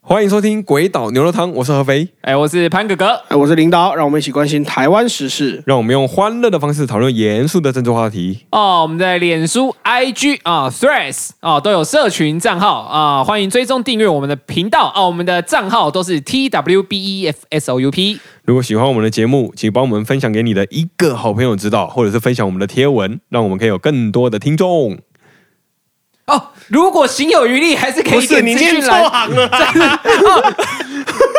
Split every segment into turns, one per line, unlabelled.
欢迎收听《鬼岛牛肉汤》，我是合肥，
哎，我是潘哥哥，
哎，我是林导，让我们一起关心台湾时事。
让我们用欢乐的方式讨论严肃的政治话题。
哦，我们在脸书、IG 啊、Threads 啊、都有社群账号啊、欢迎追踪订阅我们的频道啊、我们的账号都是 T W B E F S O U P。
如果喜欢我们的节目，请帮我们分享给你的一个好朋友知道，或者是分享我们的贴文，让我们可以有更多的听众。
哦，如果行有余力，还是可以点资讯栏。
行了，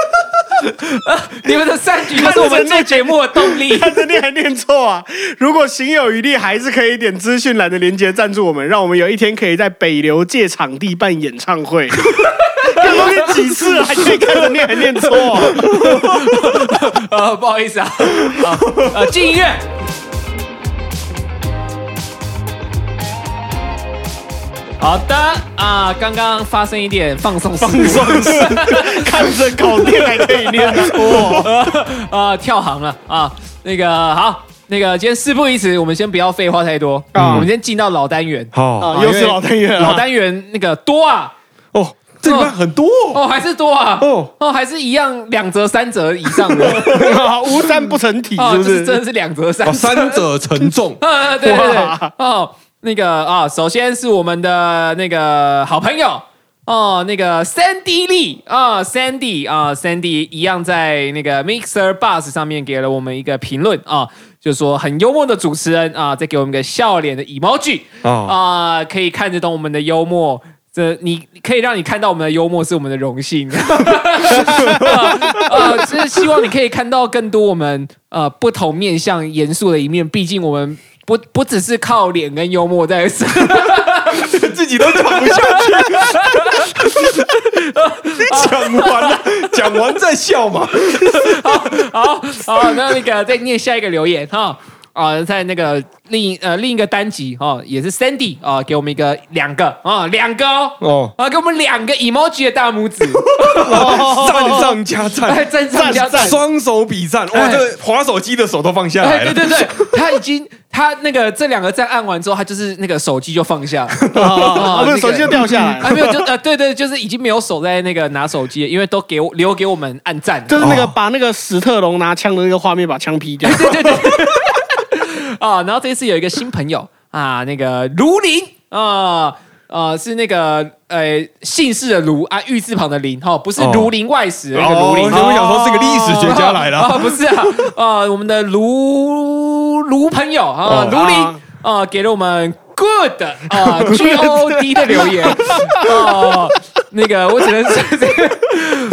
你们的善举就是我们做节目的动力。
这念还念错啊！如果行有余力，还是可以点资讯栏的连接赞助我们，让我们有一天可以在北流界场地办演 唱会。看都念几次了，还可以看着念还念错、啊
呃，不好意 思啊，好，呃，进音乐。好的啊、刚刚发生一点放松放松
看着搞定还可以念错。
啊，跳行了啊！那个好，那个今天事不宜迟，我们先不要废话太多，
嗯
我们先进到老单元。
好、
啊又是老单元啊
因为老单元那个多啊，
哦，这礼拜很多哦
哦，还是多啊，
哦
哦哦，还是一样两折三折以上的，
无战不成体，
哦，
是不
就是真
是？
的是两折三
哦
折，。
三者沉重
啊， 对对对
哇，
哦，那个啊，首先是我们的那个好朋友。哦，那个 Sandy Lee 啊、s a n d y 啊、s a n d y 一样在那个 Mixer Bus 上面给了我们一个评论啊、就说很幽默的主持人啊、再给我们个笑脸的 emoji 啊、
哦
可以看得懂我们的幽默，这你可以让你看到我们的幽默是我们的荣幸。 呃，就是希望你可以看到更多我们呃不同面向严肃的一面。毕竟我们不不只是靠脸跟幽默在生，
自己都讲不下去， 你讲完了，讲完再笑嘛。
好好，那那个再念下一个留言哈。啊、在那个另呃另一个单集哦，也是 Sandy 啊、给我们一个两个啊、两个哦，
哦，
啊，给我们两个 emoji 的大拇 指，
赞上加
哎，
哦赞，
真上加赞，
双手比赞，哇，
哎
这个滑手机的手都放下来
哎，对
了。
对对，他已经他那个这两个赞按完之后，他就是那个手机就放下了， 哦
啊，不是手机就掉下来
啊，
了，
没有，就呃，对对，就是已经没有手在那个拿手机了，因为都给我留给我们按赞了。
就是那个把那个史特龙拿枪的那个画面，把枪劈掉。
对对对。啊，然后这次有一个新朋友啊，那个卢林啊。呃，是那个呃，姓氏的卢啊，玉字旁的林哈、哦，不是
哦
如林外史的那个
哦
卢
我
林，
想说是个历史学家来
啊，
了。
不是啊，呃，我们的卢卢朋友啊
哦，
卢林
啊
啊，给了我们 good 啊 G O D 的留言啊，那个我只能说，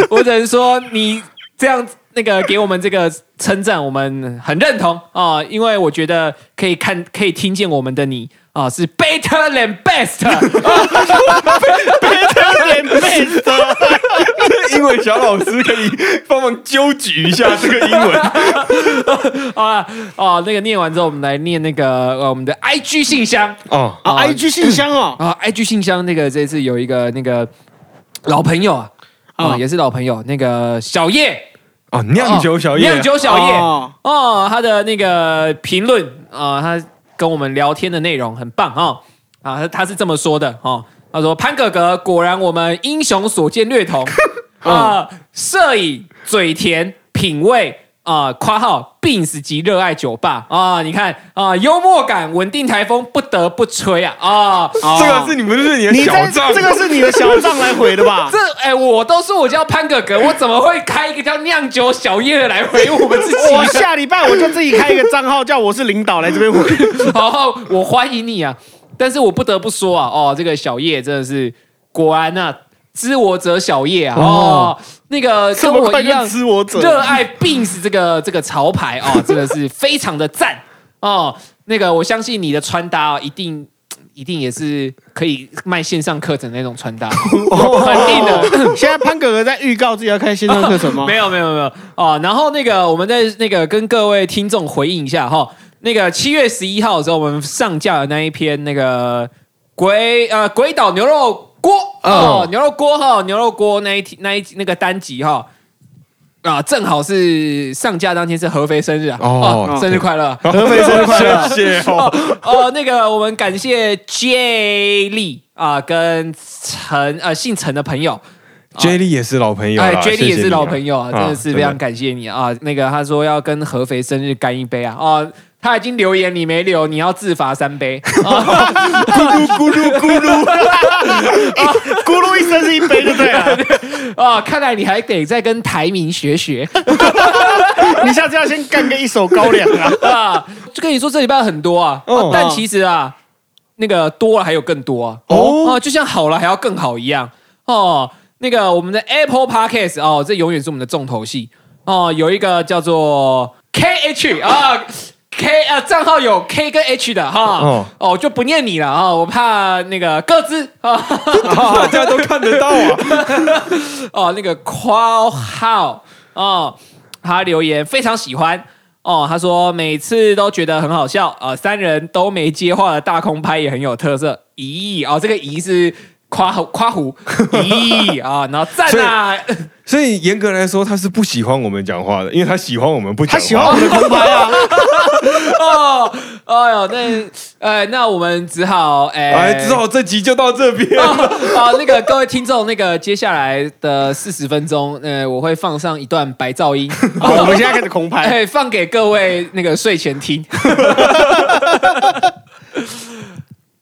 我只能说你这样那个给我们这个称赞，我们很认同啊，因为我觉得可以看可以听见我们的你。啊，是 better than best，
英文小老师可以帮忙纠举一下这个英文。
啊啊，那个念完之后，我们来念那个呃我们的 IG 信箱，
哦，
啊，IG 信箱哦，
啊，IG 信箱那个这次有一个那个老朋友啊，啊、
啊
也是老朋友，那个小叶，
哦，酿酒小叶，
酿酒小叶，
哦
哦他的那个评论啊、他跟我们聊天的内容很棒哦，啊，他他是这么说的哦，他说潘哥哥果然我们英雄所见略同啊，摄影、嘴甜、品味。啊，括号 Beans 及热爱酒吧啊！你看啊，幽默感稳定台风，不得不吹啊啊！
这个是你们是你的
你
小
在
账，
这个是你的小账来回的 吧？
这哎、我都说我叫潘哥哥，我怎么会开一个叫酿酒小叶的来回我们自己
我
呢？
下礼拜我就自己开一个账号，叫我是领导来这边回。
然后我欢迎你啊！但是我不得不说啊，哦，这个小叶真的是果然啊，知我者小叶啊，哦，那个跟
这么
我
快
一
就
样
知我者
热爱 Beans 这个这个潮牌 啊、哦，真的是非常的赞哦。那个我相信你的穿搭、哦、一定。一定也是可以卖线上课程的那种穿 搭，哦肯定的。
现在潘哥哥在预告自己要开线上课程 吗？
没有没有没有哦。然后那个我们在那个跟各位听众回应一下哈、那个七月十一号的时候，我们上架的那一篇那个鬼呃鬼岛牛肉锅哦
哦
牛肉锅哈、牛肉锅那一题那一那个单集哈、啊，正好是上架当天是合肥生日啊！
哦
哦，生日快 乐！
合肥生日快乐，谢谢哦。
哦，那个我们感谢 J 丽啊，跟陈呃姓陈的朋友
J 莉也是老朋友啦
哎，J 莉也是老朋友啊，
谢谢
真
你
的是非常感谢你啊！那个他说要跟合肥生日干一杯啊！哦，他已经留言你没留，你要自罚三杯。啊
咕噜咕噜， 咕噜一声是一杯就对 了。
啊，看来你还得再跟台民学学
你下次要先干个一手高粱 啊！
啊！就跟你说这礼拜很多啊，
哦
啊但其实啊，那个多了还有更多啊，
哦
哦，啊就像好了还要更好一样哦。那个我们的 Apple Podcast 哦，这永远是我们的重头戏哦。有一个叫做 KH 啊。K 啊，账号有 K 跟 H 的哈，
哦
哦就不念你了啊、我怕那个各自啊，
大家都看得到啊。
哦，那个 q u a How 哦，他留言非常喜欢哦，他说每次都觉得很好笑啊、呃三人都没接话的大空拍也很有特色，咦哦，这个咦是夸胡夸胡咦啊、然后赞啊，
所以严格来说，他是不喜欢我们讲话的，因为他喜欢我们不讲话。
他喜欢我们的空拍 啊，
哦，哎呦，那呃，那我们只好哎，
哎，只 好这集就到这边。
啊，那个各位听众，那个接下来的四十分钟，呃，我会放上一段白 噪音，
我们现在开始空拍。
哎，放给各位那个睡前 听。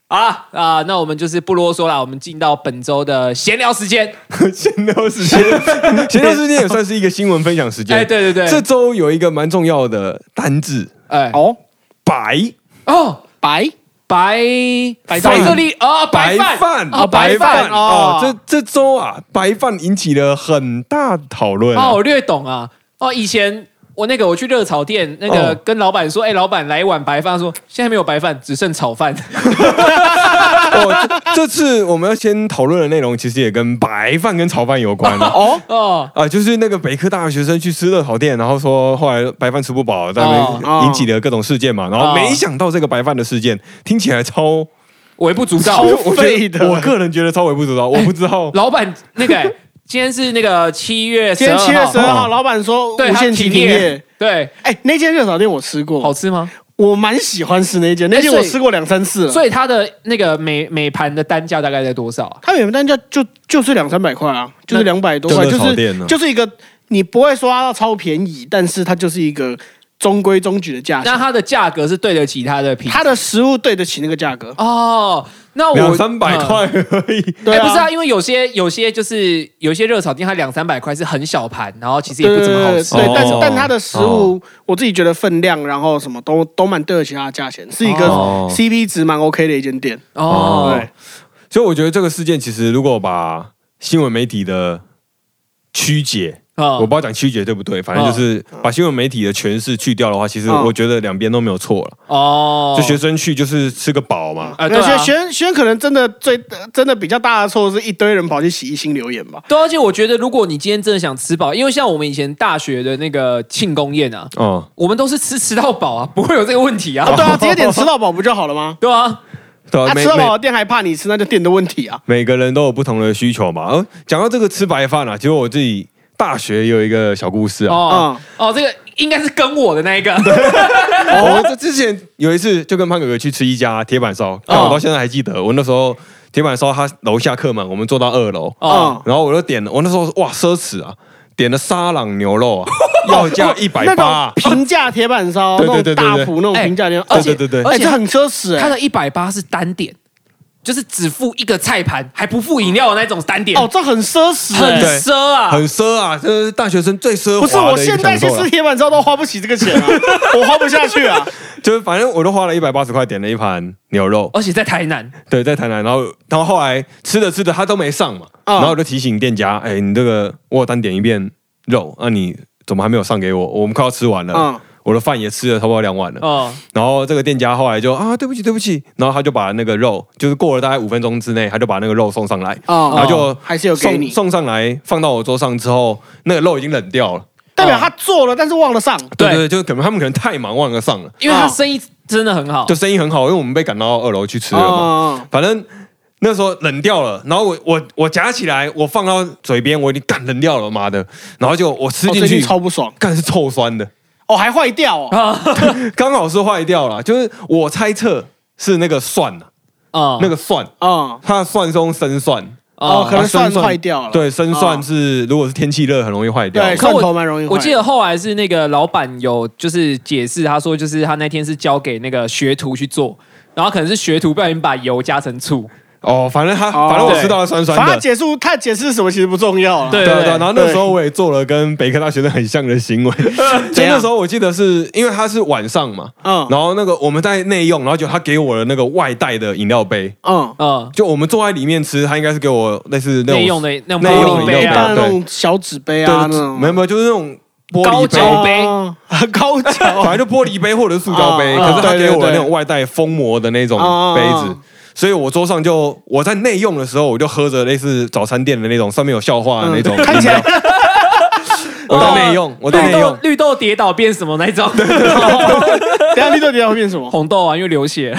好啦啊、那我们就是不啰嗦啦，我们进到本周的闲聊时间。
闲聊时 间，闲聊时间也算是一个新闻分享时间。
哎，对对对，
这周有一个蛮重要的单字，
哎
哦，
白
哦，
白
白白
白饭
色粒哦，饭
饭
哦，白饭哦，
哦
这这周啊，白饭引起了很大讨论啊。
哦，我略懂啊。哦，以前我那个我去热炒店，那个
哦
跟老板说，哎，老板来一碗白饭，他说现在没有白饭，只剩炒饭。
哦，这这次我们要先讨论的内容，其实也跟白饭跟炒饭有关。
哦，
哦，
啊，就是那个北科大学生去吃热炒店，然后说后来白饭吃不饱，在那
哦
边引起了各种事件嘛。然后
哦
没想到这个白饭的事件听起来超，
微不足道，
我觉
废
得
的
我个人觉得超微不足道，我不知道。
老板那个、欸、今天是那个七月
今
十
天
二
七月十
号，
二号，哦老板说
对，
无
他
限期
停
停业。，
对，
哎，那间热炒店我吃
好
过，
吃吗？
我蛮喜欢吃那间，那间
哎所
我
以
吃过两三次了。
所以它的那个每每盘的单价大概在多少啊？
它原单价就就是两三百块啊，就是两百多块，
这
就
热炒店
是
呢
就是一个你不会说它到超便宜，但是它就是一个中规中矩的价
那
钱。
它的价格是对得起它的品
它的食物对得起那个价格，
哦。那我
两三百。
嗯
块而已，
对
哎
啊，
不是啊，因为有些有些就是有些热炒店，它两三百块是很小盘，然后其实也不怎么好吃。
对，
哦
但是但它的食
哦
物，我自己觉得分量，然后什么都都蛮对得起它的价钱，是一个
哦
CP 值蛮 OK 的一间店。
哦
对，
所以我觉得这个事件其实如果把新闻媒体的曲解，我
哦
不知道讲曲解对不对，反正就是把新闻媒体的诠释去掉的话，其实
哦
我觉得两边都没有错了。
哦
就学生去就是吃个饱嘛，
啊，对
而且
啊，
学生学生可能真的最真的比较大的错是一堆人跑去洗一星留言吧。
对啊，而且我觉得如果你今天真的想吃饱，因为像我们以前大学的那个庆功宴啊，
哦，
我们都是吃吃到饱啊， 不会有这个问题啊。
啊，对啊，直接点吃到饱不就好了吗？
对啊，
对啊
啊，
每
吃到饱
每
的店还怕你吃，那就店的问题啊。
每个人都有不同的需求嘛。呃，讲到这个吃白饭啊，其实我自己大学有一个小故事啊。
哦、哦，这个应该是跟我的那一个
我哦这之前有一次就跟潘哥哥去吃一家铁板
哦
烧，但我到现在还记得，我那时候铁板烧他楼下客满，我们坐到二楼，
哦
哦，
然后我就点了，我那时候哇奢侈啊，点了沙朗牛肉啊，要 价一百
哦那
八
种，平价铁板烧，
对
那
对对对
种大
对
埔那种
哎
平价店，
对
而
对
且
对对，
而
而
且
且很奢侈
他
哎。
的一百八是单点，就是只付一个菜盘，还不付饮料的那种单点，
哦，这很奢侈
很
哎。
对
奢啊。
很奢啊，这是大学生最奢
不是，
华
我
的一
现
个啊
在
享
去
受
吃
了。
铁板烧都花不起这个钱 啊，我花不下去啊。
就是反正我都花了一百八十块点了一盘牛肉，
而且在台南，
对，在台南，然后然后后来吃着吃着他都没上嘛，
嗯
然后我就提醒店家，哎，你这个我有单点一遍肉，那、你怎么还没有上给我？我们快要吃完了，
嗯
我的饭也吃了差不多两碗
啊
了。
哦
然后这个店家后来就啊，对不起，对不起，然后他就把那个肉，就是过了大概五分钟之内，他就把那个肉送上来，
哦
然后就
还是有给你
送送上来，放到我桌上之后，那个肉已经冷掉了。
代表他做了，但是忘了上。
哦对
对
对对，就是可能他们可能太忙忘了上了，
因为他生意真的很好，
就生意很好，因为我们被赶到二楼去吃了嘛。
哦，
反正那时候冷掉了，然后我我我夹起来，我放到嘴边，我已经干冷掉了，妈的！然后就我吃进
哦最
去，
近超不爽
干是臭酸的，
哦，还坏掉哦。
啊
刚好是坏掉了，就是我猜测是那个蒜啊
啊
那个蒜，
啊
哦它的蒜是用生蒜，
哦，可能
啊
蒜
生蒜
坏掉了。
对，生蒜
哦
是如果是天气热，很容易坏掉。
对，
可
蒜
我
头蛮容易坏。
我记得后来是那个老板有就是解释，他说就是他那天是交给那个学徒去做，然后可能是学徒不小心把油加成醋，
哦，反正它
哦
反正我吃到了酸酸
反正他
的。
解释他解释什么其实不重要了。
对
对啊对啊，然后那时候我也做了跟北科大学生很像的行 为，就那时候我记得是因为他是晚上嘛，
嗯
然后那个我们在内用，然后就他给我的那个外带的饮料杯，
嗯，
嗯，
就我们坐在里面吃，他应该是给我类似那种
内用的那种
内
玻
用
璃
饮料
杯
杯
啊，
像那种小纸杯啊，那
对，
种
没有没有，就是那种玻璃杯，
高脚杯
哦 高 脚
反正就玻璃杯或者是塑胶杯，
啊
可是他
对
给
对
我的
对
那种外带封膜的那种
啊
杯
啊
子，所以我桌上就我在内用的时候，我就喝着类似早餐店的那种上面有笑话的那种，
嗯看起来
我到内用，我到
绿
内
豆
用，
绿豆跌倒变什么那种，
等一下绿豆底下会变什么？
红豆啊，因为流血，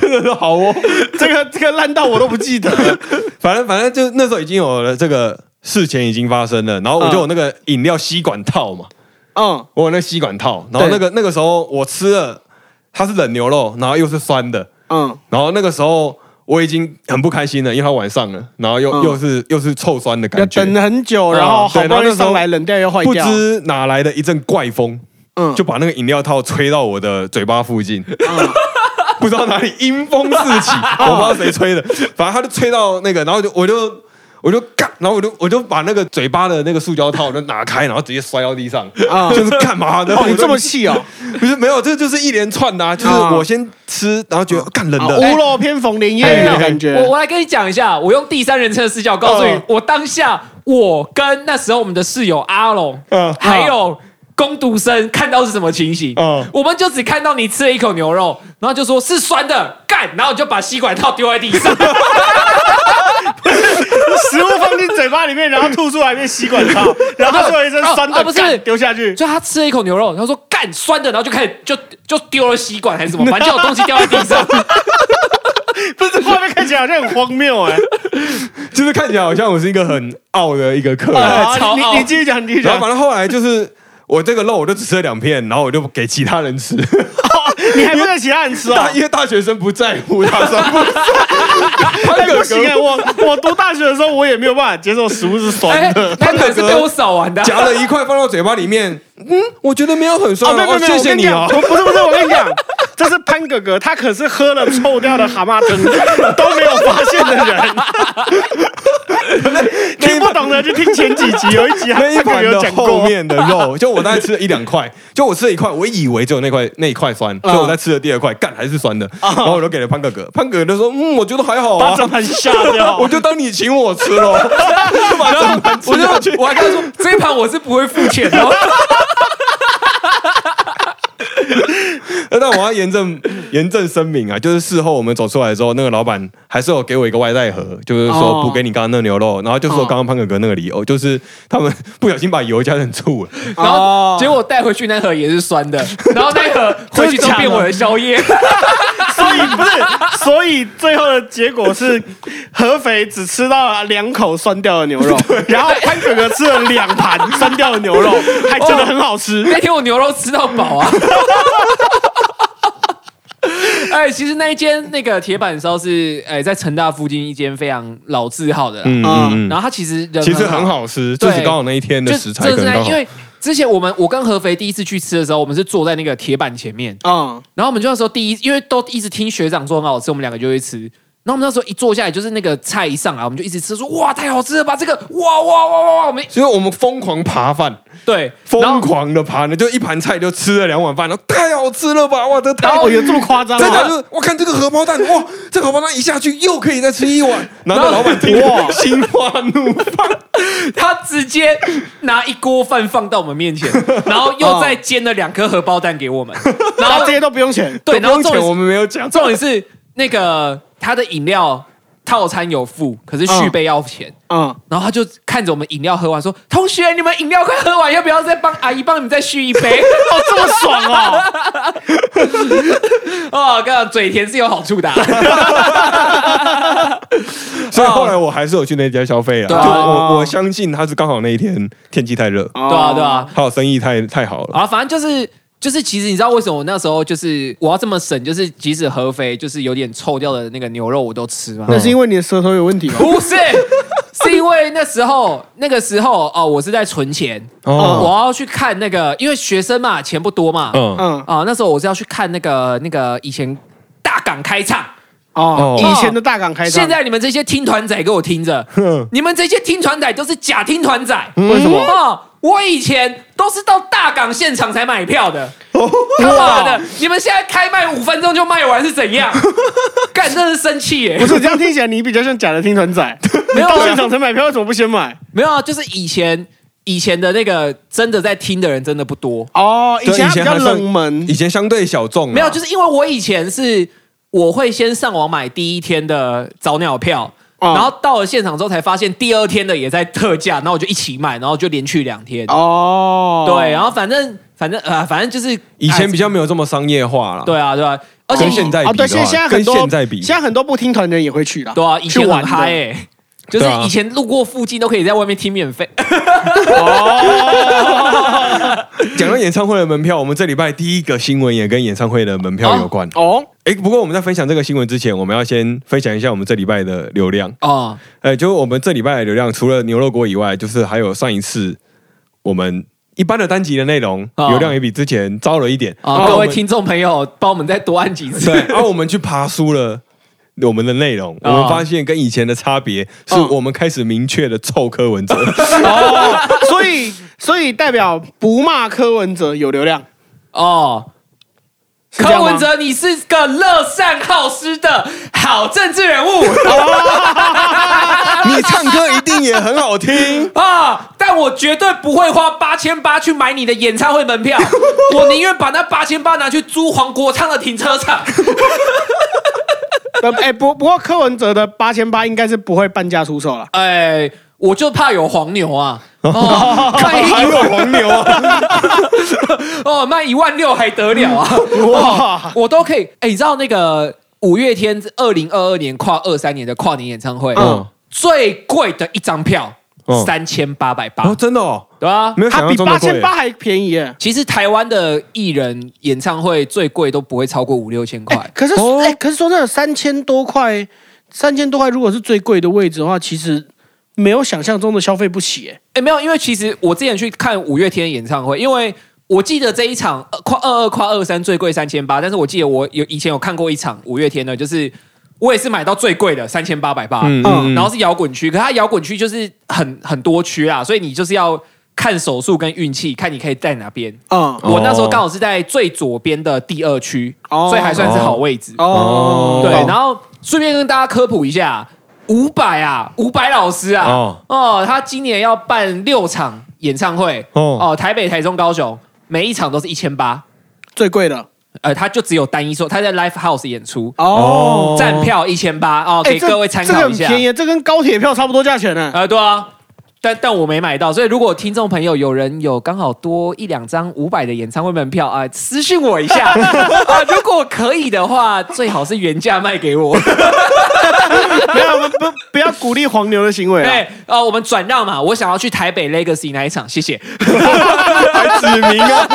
真的是好哦。
这个这个烂到我都不记得了。
反正反正就那时候已经有了这个事前已经发生了，然后我就有那个饮料吸管套嘛，
嗯，
我有那个吸管套，然后那个那个时候我吃了，它是冷牛肉，然后又是酸的，
嗯，
然后那个时候我已经很不开心了，因为它晚上了，然后又、
嗯
又是又是臭酸的
要
感觉，
等很久，然后好
对
不
然后
容
那
易
时候
上来冷掉又坏
不
掉，
知哪来的一阵怪风，
嗯
就把那个饮料套吹到我的嘴巴附近， 不知道哪里阴风四 起，我不知道谁吹的，反正他就吹到那个，然后就我就。我就干，然后我就我就把那个嘴巴的那个塑胶套就拿开，然后直接摔到地上，
啊
就是干嘛的？
哦，你这么细哦，
不是没有，这就是一连串的、啊，就是
啊
我先吃，然后觉得干冷
啊
的，
屋漏偏逢连夜雨的哎感
我
觉。
我来跟你讲一下，我用第三人称的视角告诉你
嗯，
我当下我跟那时候我们的室友阿龙
嗯，
还有攻读生看到是什么情形
嗯？
我们就只看到你吃了一口牛肉，然后就说是酸的，干，然后就把吸管套丢在地上，
食物放进嘴巴里面，然后吐出来变吸管套，然后说一声酸
啊啊
的
不是
干丢下去。
就他吃了一口牛肉，然后说干酸的，然后就开始就就丢了吸管还是什么，反正就有东西掉在地 上。
不是，画面看起来好像很荒谬哎、
就是看起来好像我是一个很傲的一个 客人。
哎
啊
超
你
傲
你你继续讲，你继续
然
讲
后。反正后来就是我这个肉我就只吃了两片，然后我就给其他人吃，
你还不在其他人吃啊
大？因为大学生不在乎，大酸 不酸。潘
不
哥
行啊，
哥
我我读大学的时候，我也没有办法接受食物是
哎
酸的。，
那可是被我扫完的。啊
夹了一块放到嘴巴里面，嗯，我觉得没有很酸
哦，没有没有，没有
谢谢你
我
哦。
跟讲不不是不是，我跟你讲， 这是潘哥哥，他可是喝了臭掉的蛤蟆汤都没有发现的人。 听不懂的就听前几集，有一集
那一
潘哥哥
盘
有
的
讲
后
过。
面的肉，就我大概吃了一两块，就我吃了一块，我以为只有那块那一块酸，
啊
所以我在吃了第二块，干还是酸的，然后我就给了潘哥哥，潘哥哥就说，嗯，我觉得还好
把
啊，
整盘吓掉，
我就当你请我吃 喽，就把整盘吃
我
下去
就。我还跟他说，这一盘我是不会付钱的哦。
那但我要严正严正声明啊，就是事后我们走出来之后，那个老板还是有给我一个外带盒，就是说
哦
不给你刚刚那牛肉，然后就说刚刚潘哥哥那个理由，就是他们不小心把油加成醋了。
然后
哦
结果带回去那盒也是酸的，然后 那盒回去都变我的宵夜。
所以不是，所以最后的结果是合肥只吃到了两口酸掉的牛肉，然后潘哥哥吃了两盘酸掉的牛肉，还真的
哦
很好吃。
那天我牛肉吃到饱啊！ 哎，其实那一间那个铁板烧是哎在成大附近一间非常老字号的啦，
嗯嗯嗯，
然后它其实人
其实很
好。
好吃，
对
就是刚好那一天的
就
食材可
真
能
的
刚
是
好
因。为之前我们我跟合肥第一次去吃的时候，我们是坐在那个铁板前面，
嗯，
然后我们就那时候第一，因为都一直听学长说很好吃，我们两个就会吃。然后我们那时候一坐下来，就是那个菜一上来，我们就一直吃，说哇太好吃了吧，这个哇哇哇哇哇，我们
所以我们疯狂扒饭，
对，然
疯
后
狂的扒呢，就一盘菜就吃了两碗饭，然后太好吃了吧！哇，这太
然后哦有这么夸张
真的啊
吗？
就是，我看这个荷包蛋，哇，这个荷包蛋一下去又可以再吃一碗，然后
然后
老板听哇，心花怒放。
他直接拿一锅饭放到我们面前，然后又再煎了两颗荷包蛋给我们，然
然后
后
这些都不用钱。
对，然后
都不
重
用钱
点是
我们没有讲，
重点是那个他的饮料套餐有付，可是续杯要钱。
嗯，
然后他就看着我们饮料喝完，说：“同学，你们饮料快喝完，要不要再帮阿姨帮你们再续一杯
哦，这么爽
哦，
哦！？”
跟你讲嘴甜是有好处的啊、
所以后来我还是有去那家消费啊。
对啊
就我我相信他是刚好那一天天气太热，
对啊，对啊。啊
还有生意太太好了。
好了，反正就是。就是其实你知道为什么我那时候就是我要这么省，就是即使合肥就是有点臭掉的那个牛肉我都吃嘛。
那是因为你的舌头有问题吧？
哦
不是，是因为那时候那个时候哦，我是在存钱，哦、
哦，
我要去看那个，因为学生嘛，钱不多嘛，
嗯
嗯
啊，那时候我是要去看那个那个以前大港开唱，
哦
哦，
以前的大港开唱，
现在你们这些听团仔给我听着，你们这些听团仔都是假听团仔，
为什么
哦，我以前都是到大港现场才买票的，
哦
他妈的，你们现在开卖五分钟就卖完是怎 样？干，真是生气耶
不！是这样听起来，你比较像假的听团仔。
没
你
有
到现场才买票，为什么不先买？
没有啊，就是以前以前的那个真的在听的人真的不多，
哦，以
对
前
以
它比
前
较
还算
冷门
以前相对小众啊，
没有，就是因为我以前是我会先上网买第一天的早鸟票。
哦
然后到了现场之后，才发现第二天的也在特价，然后我就一起买，然后就连去两天。
哦，
对，然后反正反正呃，反正就是
以前比
较
较没有这么商业化了。
对啊对啊，而且
跟现在比
哦，
的
对，
话，
现在现在
跟
很多
现在比，
现在很多不听团的人也会去啦。
对啊，以前
去
很
玩的
嗨哎，就是
对啊
以前路过附近都可以在外面听免费，
哦
讲到演唱会的门票，我们这礼拜第一个新闻也跟演唱会的门票有关。
哦，
哎、不过我们在分享这个新闻之前，我们要先分享一下我们这礼拜的流量。
哦，
哎、就是我们这礼拜的流量，除了牛肉锅以外，就是还有上一次我们一般的单集的内容，
哦
流量也比之前糟了一点。
啊、
然后
各
我
位
们
听众朋友，帮我们再多按几 次。
对，然后我们去爬书了。我们的内容， 我
啊
们发现跟以前的差别是我们开始明确的臭柯 文哲，
哦，所以所以代表不骂柯文哲有流量，
哦，
是这样
柯
吗
文哲，你是个乐善好施的好政治人物
你唱歌一定也很好 听。
啊，但我绝对不会花八千八去买你的演唱会门 票，我宁愿把那八千八拿去租黄国昌的停车场。
呃，哎，不不过柯文哲的八千八应该是不会半价出售了。
哎，我就怕有黄牛啊。哦，卖
还
一
有黄牛 啊！
哦卖一万六还得了啊！
哇，
我都可以。哎，你知道那个五月天二零二二年跨二三年的跨年演唱会，
嗯
最贵的一张票
嗯
三千八百八
哦，，真的哦，
对啊。
没有想
他
象
比
中的
八
贵
千八还便宜耶。
其实台湾的艺人演唱会最贵都不会超过五六千块
哎，可是哎，可是说真的，三千多块，三千多块如果是最贵的位置的话，其实没有想象中的消费不起耶。
哎，没有，因为其实我之前去看五月天演唱会，因为我记得这一场呃跨二二跨二三最贵三千八，但是我记得我有以前有看过一场五月天的，就是我也是买到最贵的三千八百八，
嗯
嗯
嗯，
然后是摇滚区，可它摇滚区就是很很多区啦，所以你就是要看手速跟运气，看你可以在哪边。
嗯，
哦
我那时候刚好是在最左边的第二区，
哦
所以还算是好位置。
哦，
对，然后顺便跟大家科普一下，伍佰啊，伍佰老师啊，哦
哦
他今年要办六场演唱会，哦
哦
台北、台中、高雄，每一场都是一千八，
最贵的
呃，他就只有单一售，他在 Live House 演出，
哦。
哦
站票一千八哦，
哎
给
这
各位参考一
这个
下
很，便宜，啊这跟高铁票差不多价钱哎呢。
呃，对啊。但但我没买到，所以如果听众朋友有人有刚好多一两张五百的演唱会门票啊、私信我一 下啊，如果可以的话，最好是原价卖给我。
没有，不不不要鼓励黄牛的行为啊。
对，呃，我们转让嘛，我想要去台北 Legacy 那一场，谢谢。
还指名 啊！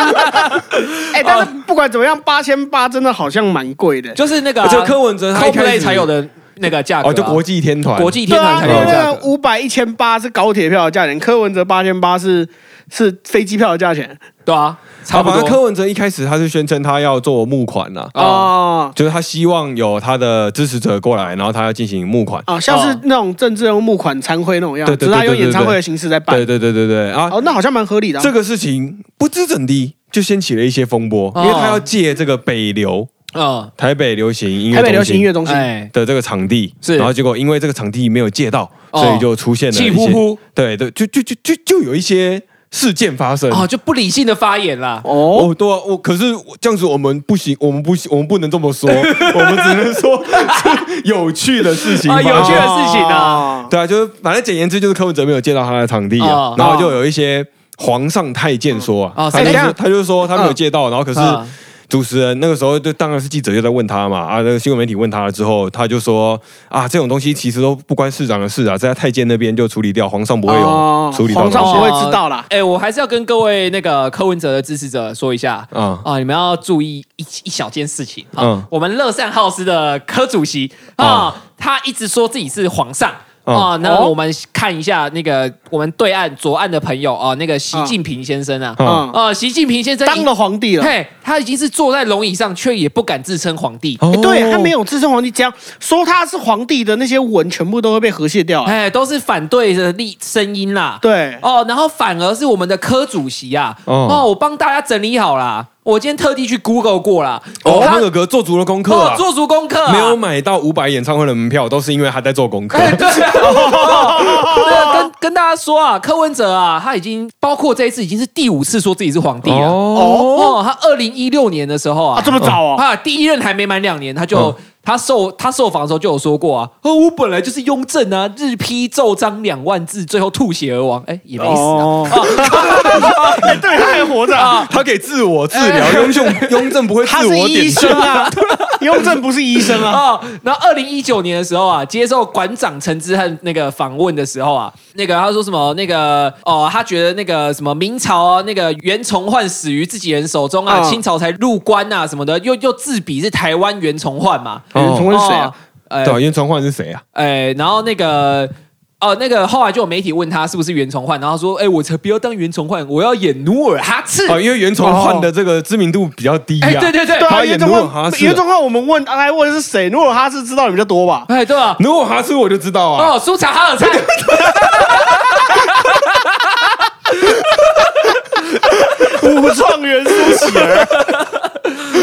哎，但
哦
是不管怎么样，八千八真的好像蛮贵的。
就是那个、啊、
而且柯文哲他一开
Coldplay
始
才有的那个价格、啊，
哦，就国际天团，
国际
对
天
啊
团，才
因
有
为
的价
那
格。
五百一千八是高铁票的价钱，柯文哲八千八是是飞机票的价钱
对啊，差
好，
不
反正
多。
柯文哲一开始他是宣称他要做募款呐、
啊、
哦
就是他希望有他的支持者过来，然后他要进行募款。
哦，像是那种政治人物募款参会那种样子，
对
只
对
是他
对
用
对对
演唱会的形式在办
对。对对对对啊！
哦，那好像蛮合理的啊。
这个事情不知怎的就掀起了一些风波，因
哦
为他要借这个北流
嗯，
台北流行音乐
台北流行音乐
中
中心，
哎，
心的这个场地，
是
然后结果因为这个场地没有借到，
哦
所以就出现了一些
气呼呼，
对对，就就就就就有一些事件发生。
哦，就不理性的发言啦。
哦，
哦，对啊，我可是我这样子我们不行，我们不行，我们不能这 么说，我们只能说是有趣的事情
啊
发生。
有趣的事情啊
哦。
对啊，就是反正简言之，就是柯文哲没有借到他的场地啊
哦，
然后就有一些皇上太监说
哦
啊，他就
谁
是
呀
他就说他没有借到，然后可是
嗯
主持人那个时候就当然是记者就在问他嘛，啊，那个新闻媒体问他了之后，他就说啊，这种东西其实都不关市长的事啊，在太监那边就处理掉，皇上不会有
哦
处理到的
皇上
东西
不会知道啦
哎、我还是要跟各位那个柯文哲的支持者说一下。
啊
啊、你们要注意一一小件事情啊、
嗯
我们乐善好施的柯主席啊、
哦
他一直说自己是皇上
哦
啊、那
哦
我们看一下那个我们对岸左岸的朋友啊、那个习近平先生啊，
啊
嗯，
啊，习近平先生已
当了皇帝了。
嘿，他已经是坐在龙椅上，却也不敢自称皇帝。
哦
欸对他没有自称皇帝，只要说他是皇帝的那些文，全部都会被和谐掉、啊。
哎，都是反对的力声音啦。
对，
哦，然后反而是我们的柯主席啊，
哦
哦，我帮大家整理好啦，我今天特地去 Google 过啦，
哦，
他
那个哥做足了功课
哦
啊，
做足功课 啊，
没有买到五百演唱会的门票，都是因为他在做功课。
哎，对 啊，哦对跟跟大家说啊，柯文哲啊，他已经包括这一次已经是第五次说自己是皇帝了。
哦，
哦，他二零一六年的时候啊
啊，这，么早哦，
啊，第一任还没满两年，他就、
嗯
他受他受访的时候就有说过啊，哦，我本来就是雍正啊，日批奏章两万字，最后吐血而亡，哎，也没死啊。
哦，哎对，他还活着啊，
他可以自我治疗，雍正雍正不会
他
自
是
我
医
点
生
穴。
啊， 雍正不是医生啊，
啊、 然后二零一九年的时候啊，接受馆长陈之汉那个访问的时候啊，那个他说什么那个哦，他觉得那个什么明朝啊，那个袁崇焕死于自己人手中啊，
嗯
清朝才入关啊什么的，又又自比是台湾袁崇焕嘛，
哦
袁崇焕是谁啊？
呃
对啊，袁传焕是谁啊？
哎，然后那个。哦，那个后来就有媒体问他是不是袁崇焕，然后说：“哎，我才不要当袁崇焕，我要演努尔哈赤。
哦，因为袁崇焕的这个知名度比较低
哎，
啊。
对对对，
对
他
啊，
演
袁
努尔
崇
哈
焕，
赤啊
袁崇焕，我们问大概问是谁？如果他是知道你们就多吧，
哎，对吧？
努尔哈赤我就知道啊。
哦，苏察哈尔菜。
武状元苏乞儿，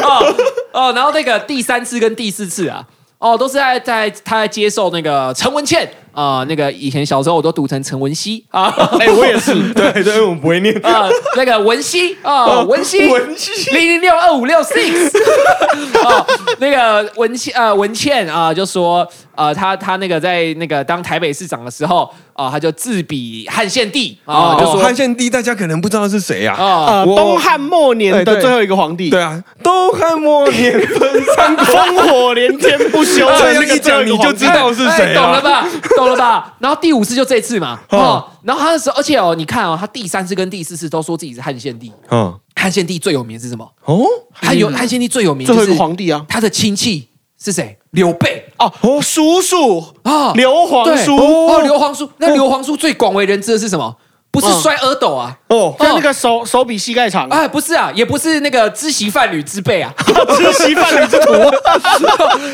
哦哦，然后那个第三次跟第四次啊，哦，都是在在他在接受那个陈文茜啊、那个以前小时候我都读成陈文熙啊啊、
哎，我也是，
对对，我们不会念。
呃那个文熙啊、文熙
哦文熙
零零六二五六 six 哦，那个文倩呃文倩啊、就说呃他他那个在那个当台北市长的时候啊、他就自比汉献帝啊、
哦
就说
汉献帝大家可能不知道是谁啊。
啊。
呃，
我
东汉末年
哎
的
对
最后一个皇帝
对，啊，东汉末年分三 国。
烽火连天不休的那
这样
个
一讲你就知
最后一个皇帝
道是谁
哎
啊
懂了吧？懂了吧？然后第五次就这次嘛，哦，然后他的时候，而且哦，你看哦，他第三次跟第四次都说自己是汉献帝。
嗯，
汉献帝最有名的是什么？
哦，
他有汉献帝最有名
最
就
后一
是
个皇帝啊，
他的亲戚是谁？刘备
哦，叔叔
啊，
刘皇
对
叔，
哦，刘皇叔。那刘皇叔最广为人知的是什么？不是摔阿斗啊，
哦，
就那个手手比膝盖长，
哎，不是啊，也不是那个知席犯侣之辈 啊，
吃稀饭的 之徒，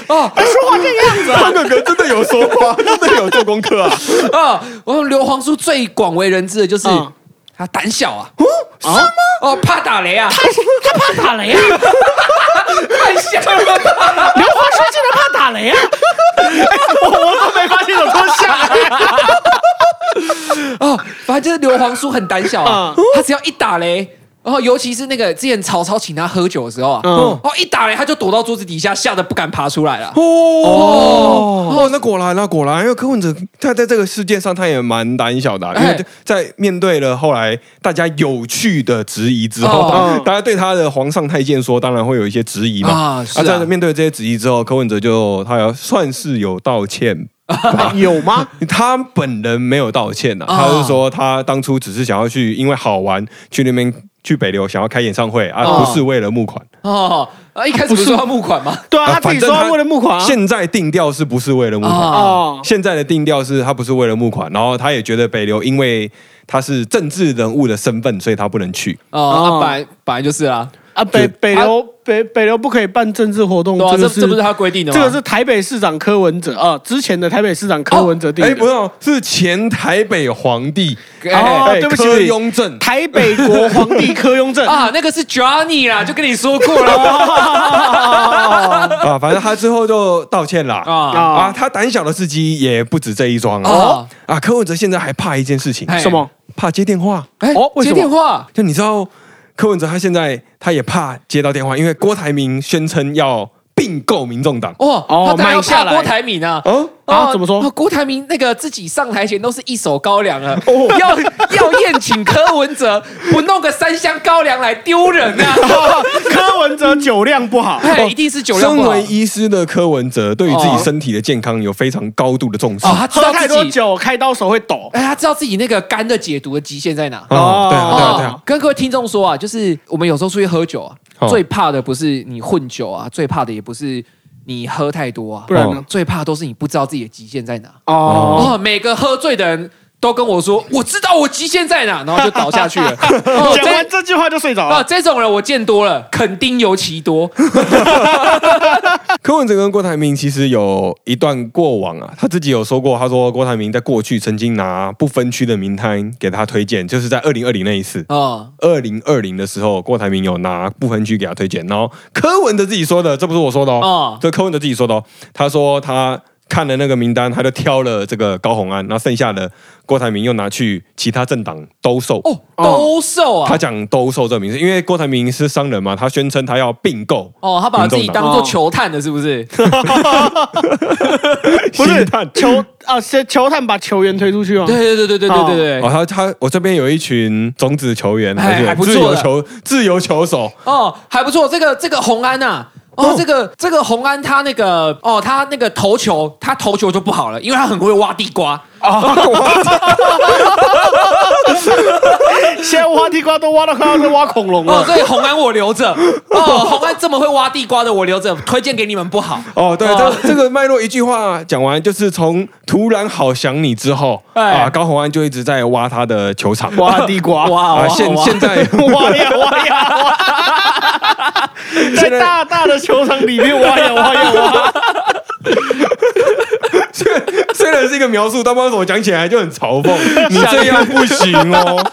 哦，
他哥哥真的有说话，真的有做功课啊。
啊，我们刘皇叔最广为人知的就是、
嗯
他胆小啊，哦，什么？哦，怕打雷啊，
怕打雷啊！
太小了吧？
刘华叔竟然怕打雷啊！ 我我都没发现有多像，
哦，反正就是刘皇叔很胆小啊
嗯，
他只要一打雷。然后，尤其是那个之前曹操请他喝酒的时候啊，
嗯
哦，一打雷他就躲到桌子底下，吓得不敢爬出来了。
哦哦，那果然那果然，因为柯文哲他在这个事件上他也蛮胆小的啊、因
哎
为在面对了后来大家有趣的质疑之后，
哦
大家对他的皇上太监说，当然会有一些质疑嘛。
啊是啊
在面对这些质疑之后，柯文哲就他要算是有道歉。
有吗？
嗯
他本人没有道歉呐、
啊
他就说他当初只是想要去，因为好玩去那边去北流，想要开演唱会啊，
哦
不是为了募款。
哦，啊，一开始不是说要募款吗？
对啊，他
反
自己
正
说要为了募款啊。
现在定调是不是为了募款？
啊，
哦，
现在的定调是他不是为了募款，然后他也觉得北流因为他是政治人物的身份，所以他不能去。
哦，
哦
啊本来本来就是啊，
啊，北北流北北流不可以办政治活动，
对啊，
这
这
个
这不是他规定的吗？
这个是台北市长柯文哲啊，之前的台北市长柯文哲定
哎，不
的。
是，是前台北皇 帝
哎
哦，对不起，
柯
对不
雍正
起，台北国皇帝柯雍正
啊，那个是 Johnny 啦，就跟你说过 了
哦
啊，反正他之后就道歉啦。啊
啊
啊，
他胆小的事迹也不止这一桩
哦
啊！啊，柯文哲现在还怕一件事情，
哎
什么？
怕接电话。
哎
哦为什
接
么
电话
就你知道，柯文哲他现在他也怕接到电话，因为郭台铭宣称要并购民众党。
哦，
哦
他当然要
买下
怕
来
郭台铭啊。
哦，
啊
哦
怎么说
哦郭台铭那个自己上台前都是一手高粱啊，
哦
要要宴请柯文哲，不弄个三箱高粱来丢人啊！
哦柯文哲酒量不好，
哎，一定是酒量
身
不好
为医师的柯文哲，对于自
哦
己身体的健康有非常高度的重视。
哦，他知
喝
道
太多
自己，
酒开刀手会抖。
哎，他知道自己那个肝的解毒的极限在哪。
哦，对
哦
啊，对啊，对啊。
跟各位听众说啊，就是我们有时候出去喝酒啊，
哦
最怕的不是你混酒啊，最怕的也不是你喝太多啊，
不然呢？
最怕的都是你不知道自己的极限在哪。
哦，
哦，每个喝醉的人都跟我说，我知道我极限在哪，然后就倒下去了。哦
讲完哦
这
这句话就睡着
啊，
了。
这种人我见多了，肯定尤其多。
柯文哲跟郭台铭其实有一段过往啊，他自己有说过，他说郭台铭在过去曾经拿不分区的名单给他推荐，就是在二零二零那一次。
哦，
二零二零的时候，郭台铭有拿不分区给他推荐，然后柯文哲自己说的，这不是我说的哦
哦，
这柯文哲自己说的哦。他说他看了那个名单，他就挑了这个高虹安，然后剩下的郭台铭又拿去其他政党兜售。
哦，兜售
他
啊，
讲兜售这个名字，因为郭台铭是商人嘛，他宣称他要并 购，
哦，他把自己
民众党
当做球探了，是不是？
不是
星探
球啊，是球探把球员推出去哦。
对对对对对对对
哦，
对。
他他我这边有一群种子球员，
哎还
还
不
是
错
自由
的
球自由球手，
哦，还不错，这个这个红安呐、啊。哦，这个这个红安他那个哦，他那个投球，他投球就不好了，因为他很会挖地瓜。
现在挖地瓜都挖到快要在挖恐龙
哦，
了。
所以红安我留 着。哦，红安这么会挖地瓜的我留着，推荐给你们不好。
哦，对，
哦
这这个脉络一句话讲完，就是从突然好想你之后，
哎
啊，高洪安就一直在挖他的球场，
挖地瓜，挖
哇，
啊，
哇
现 现
哎
在
呀挖呀 挖，在大大的球场里面挖呀挖呀挖。
虽然虽然是一个描述，但不知道怎么讲起来就很嘲 讽，你这样不行哦。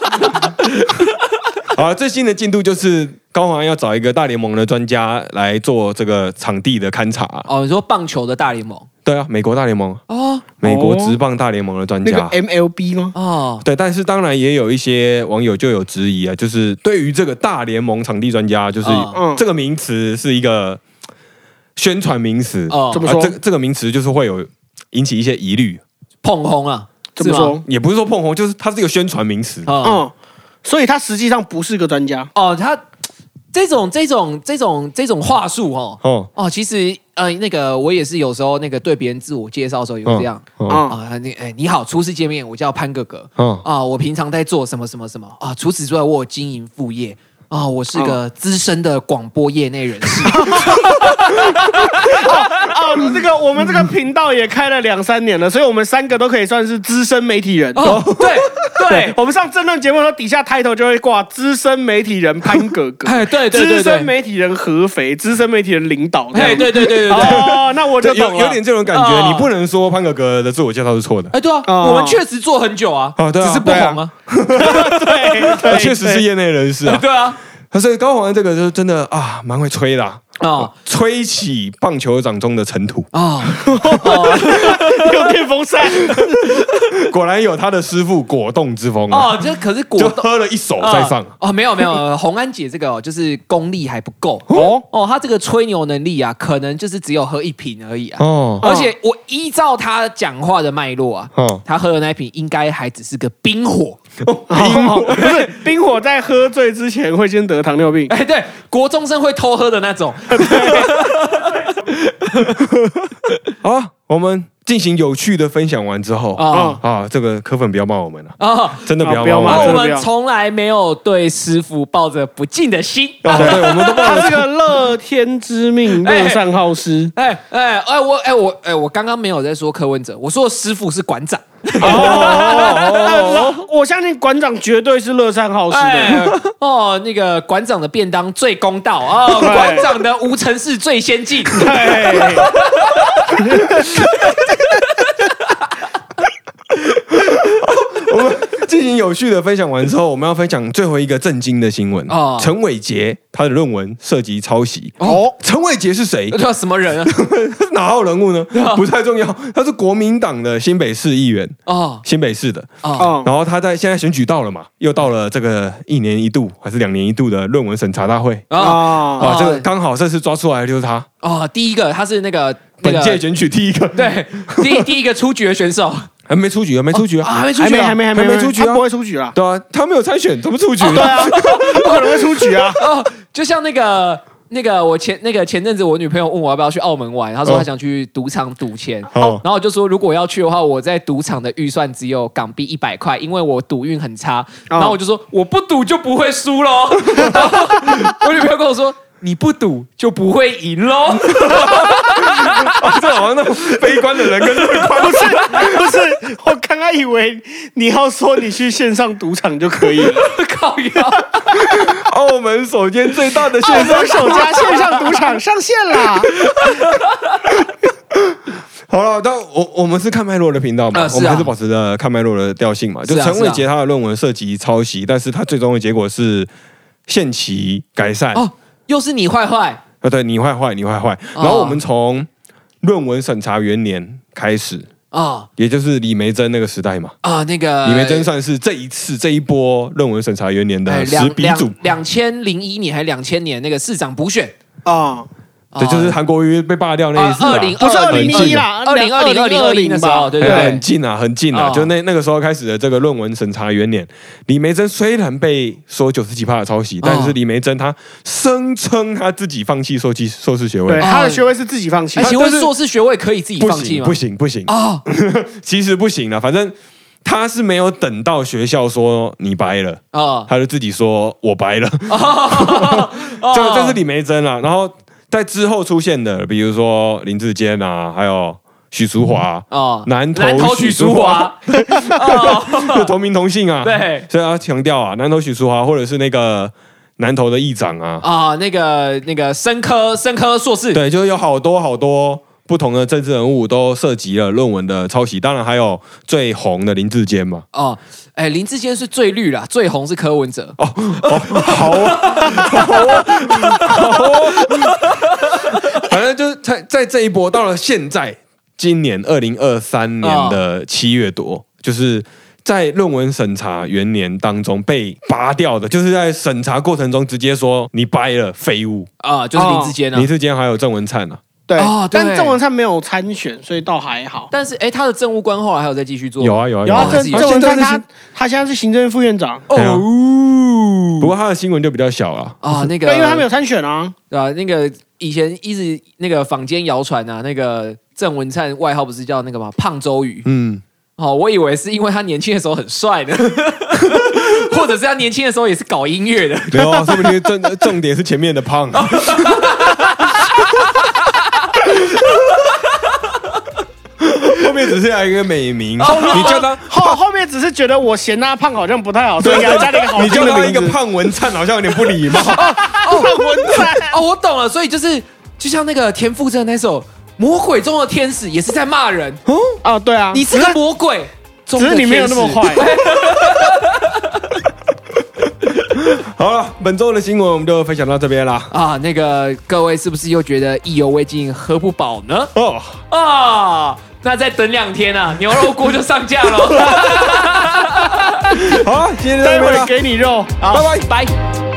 啊，最新的进度就是高洪安要找一个大联盟的专家来做这个场地的勘察。
哦，你说棒球的大联盟
对啊，美国大联盟，
哦
美国职棒大联盟的专
那
家。
个哎 MLB 吗？
哦
对，但是当然也有一些网友就有质疑啊，就是对于这个大联盟场地专家，就是
嗯
嗯
这个名词是一个宣传名词，
哦
怎么
啊
说
这个这个名词就是会有引起一些疑虑，
碰轰啊，
怎么
是吗？
说？
也不是说碰红，就是它是一个宣传名词。
哦
嗯，所以他实际上不是个专家。
哦，他这种这种这种这种话术哦
哦，
哦，其实呃，那个我也是有时候那个对别人自我介绍的时候也会这样
嗯
嗯
啊，你哎你好，初次见面，我叫潘哥哥
哦，
啊，我平常在做什么什么什么啊，除此之外我有经营副业。啊、我是个
嗯
资深的广播业内人 士。
哦，这个我们这个频道也开了两三年了，所以我们三个都可以算是资深媒体人。
哦，对对，
我们上政论节目的时候，底下 title 就会挂资深媒体人潘哥哥，
哎，对对对
资深
对，
媒体人合肥，资深媒体人领导。
哎，对对对对对。
哦，那我就
就有
懂了。
有点这种感觉，
哦
你不能说潘哥哥的自我介绍是错的，
哎，对啊，
哦
我们确实做很久啊，
哦对啊
只是不红啊，
对，对
呃确实是业内人士啊。
哎对啊，
所以高洪安这个就是真的啊，蛮会吹的啊、
哦
吹起棒球掌中的尘 土。
哦哦
对有电 风扇。
果然有他的师傅果冻之风啊，
哦，这可是果
就
冻
喝了一手再上。
哦，没有没有，红安姐这个哦，就是功力还不够
哦
哦，她这个吹牛能力啊，可能就是只有喝一瓶而已啊，
哦
而且我依照她讲话的脉络啊，
哦，
她喝的那一瓶应该还只是个冰火，
冰火
哦不是冰火在喝醉之前会先得糖尿病。
哎，对，国中生会偷喝的那 种，
好啊，我们进行有趣的分享完之后
哦
啊啊，这个柯粉不要骂我们了，
哦。
真的不
啊
要
不要
骂
然
骂
后
我
我
们。
们从来没有对师傅抱着不敬的啊心，
哦，对，我们都忘
他
了
是啊个乐天知命、
哎
乐善好施。
哎哎哎，我哎我哎我刚刚没有在说柯文哲，我说的师傅是馆长。
哦，我相信馆长绝对是乐善好施的。
哎哦，那个馆长的便当最公 道哦，
对
馆长的无尘室最先进。
对，
我们进行有序的分享完之后，我们要分享最后一个震惊的新闻
哦
陈伟杰他的论文涉及抄袭。
哦，
陈伟杰是 谁？
叫什么人啊？
他是哪号人 物呢？不太重要，他是国民党的新北市议员，
哦
新北市的。
哦
哦，
然后他在现在选举到了嘛，又到了这个一年一度还是两年一度的论文审查大会
哦
啊，
啊，
哦
这个刚好这次抓出来的就是他，
哦！第一个他是那个那
本届
个
选举第一个，
对第第一个出局的 选手，
还没出局啊，没出局
啊还
啊，
没出
还
局
没
啊，
还没还
还
没
没出局啊
他不会出局啊，
对啊，他没有参选，怎么出局？
对啊，不可能会出局啊，
哦，就像那个那个我前那个前阵子我女朋友问我要不要去澳门玩，她说她想去赌场赌钱。
哦
然后我就说，如果要去的话，我在赌场的预算只有港币一百块，因为我赌运很
哦
差。然后我就说，我不赌就不会输 喽。然后我女朋友跟我说，你不赌就不会赢喽。
啊这好像那种悲观的人跟乐观，
不是 不是，我刚刚以为你要说你去线上赌场就可以 了，
靠腰，
澳门首间最大的
选
线上
择首家线上赌场上线啦，
好了，但我我们是看脉络的频道嘛，
呃是啊
我们还是保持着看脉络的调性嘛。就是
啊
陈伟杰他的论文涉及抄袭，但是他最终的结果是限期改善。
哦，又是你坏坏
啊，对你坏坏，你坏坏。
哦
然后我们从论文审查元年开始，
啊
也就是李梅珍那个时代嘛。
啊！那个
李梅珍算是这一次这一波论文审查元年
哎
的
两
十鼻祖
两，两千零一年还两千年那个市长补选，
啊，
对，就是韩国瑜被罢掉那一次嘛
哦二零
不是2001啦
二零二零二零二零的时候，
吧
对
对
对
很
对，
近啊，很近啊，
哦
就那那个时候开始的这个论文审查元年，李梅珍虽然被说九十几趴的抄
哦
袭，但是李梅珍她声称她自己放弃硕士硕士学
对，
位，
他的学位是自己放弃
哎，，请问
但是
硕士学位可以自己
不
放弃
行
吗？
不行不行，
啊，
其实不行了，反正她是没有等到学校说你白了，
哦
她就自己说我白了，
哦，
这这是李梅珍啦。啊然后在之后出现的，比如说林志坚啊，还有许淑华啊、
哦
南投
南投许淑 华，哦
就 同名同姓啊，
对
所以他强调啊，南投许淑华或者是那个南投的议长啊，
啊，那个那个生科生科硕士，
对，就是有好多好多不同的政治人物都涉及了论文的抄袭，当然还有最红的林志坚嘛。
哦，哎，林志坚是最绿啦，最红是柯文哲，
哦， 好啊，好啊，好啊， 反正就是在在这一波到了现在，今年二零二三年的七月多，就是。在论文审查元年当中被拔掉的，就是在审查过程中直接说你掰了废物，
啊，就是林志坚啊
林。志坚还有郑文灿啊，
对
哦，对
但郑文灿没有参选，所以倒还好。
但是，哎，他的政务官后来还有再继续做吗，
有啊有啊
然后
哦
郑
自己
郑文灿
现在是
他他现在是行政副院长，
对啊
哦
不过他的新闻就比较小了。
啊，那个
对，因为他没有参选啊。
对啊，那个以前一直那个坊间谣传啊，那个郑文灿外号不是叫那个嘛胖周瑜？
嗯，
哦，我以为是因为他年轻的时候很帅呢， 或者是他年轻的时候也是搞音乐的。
没有啊，说不定重 重点是前面的胖啊。后面只是来一个美名，
哦
哦
你叫他，
后后面只是觉得我嫌他胖好像不太好，所以给他加了一个好
你
听
叫
的
他一
名
个
字。
胖文灿，好像有点不 礼貌。
胖文灿，
哦，我懂了，所以就是就像那个田馥甄那首《魔鬼中的天使》，也是在骂人，
哦，对啊，
你是个魔鬼中
只
的
是
天使。
你没有那么坏。
好了，本周的新闻我们就分享到这边啦。
啊！那个各位是不是又觉得意犹未尽、喝不饱呢？
哦，
啊，那再等两天啊，牛肉锅就上架了。
好了，今天就到
待
这
会
边
儿
啦，
给你肉。好
拜拜。
拜。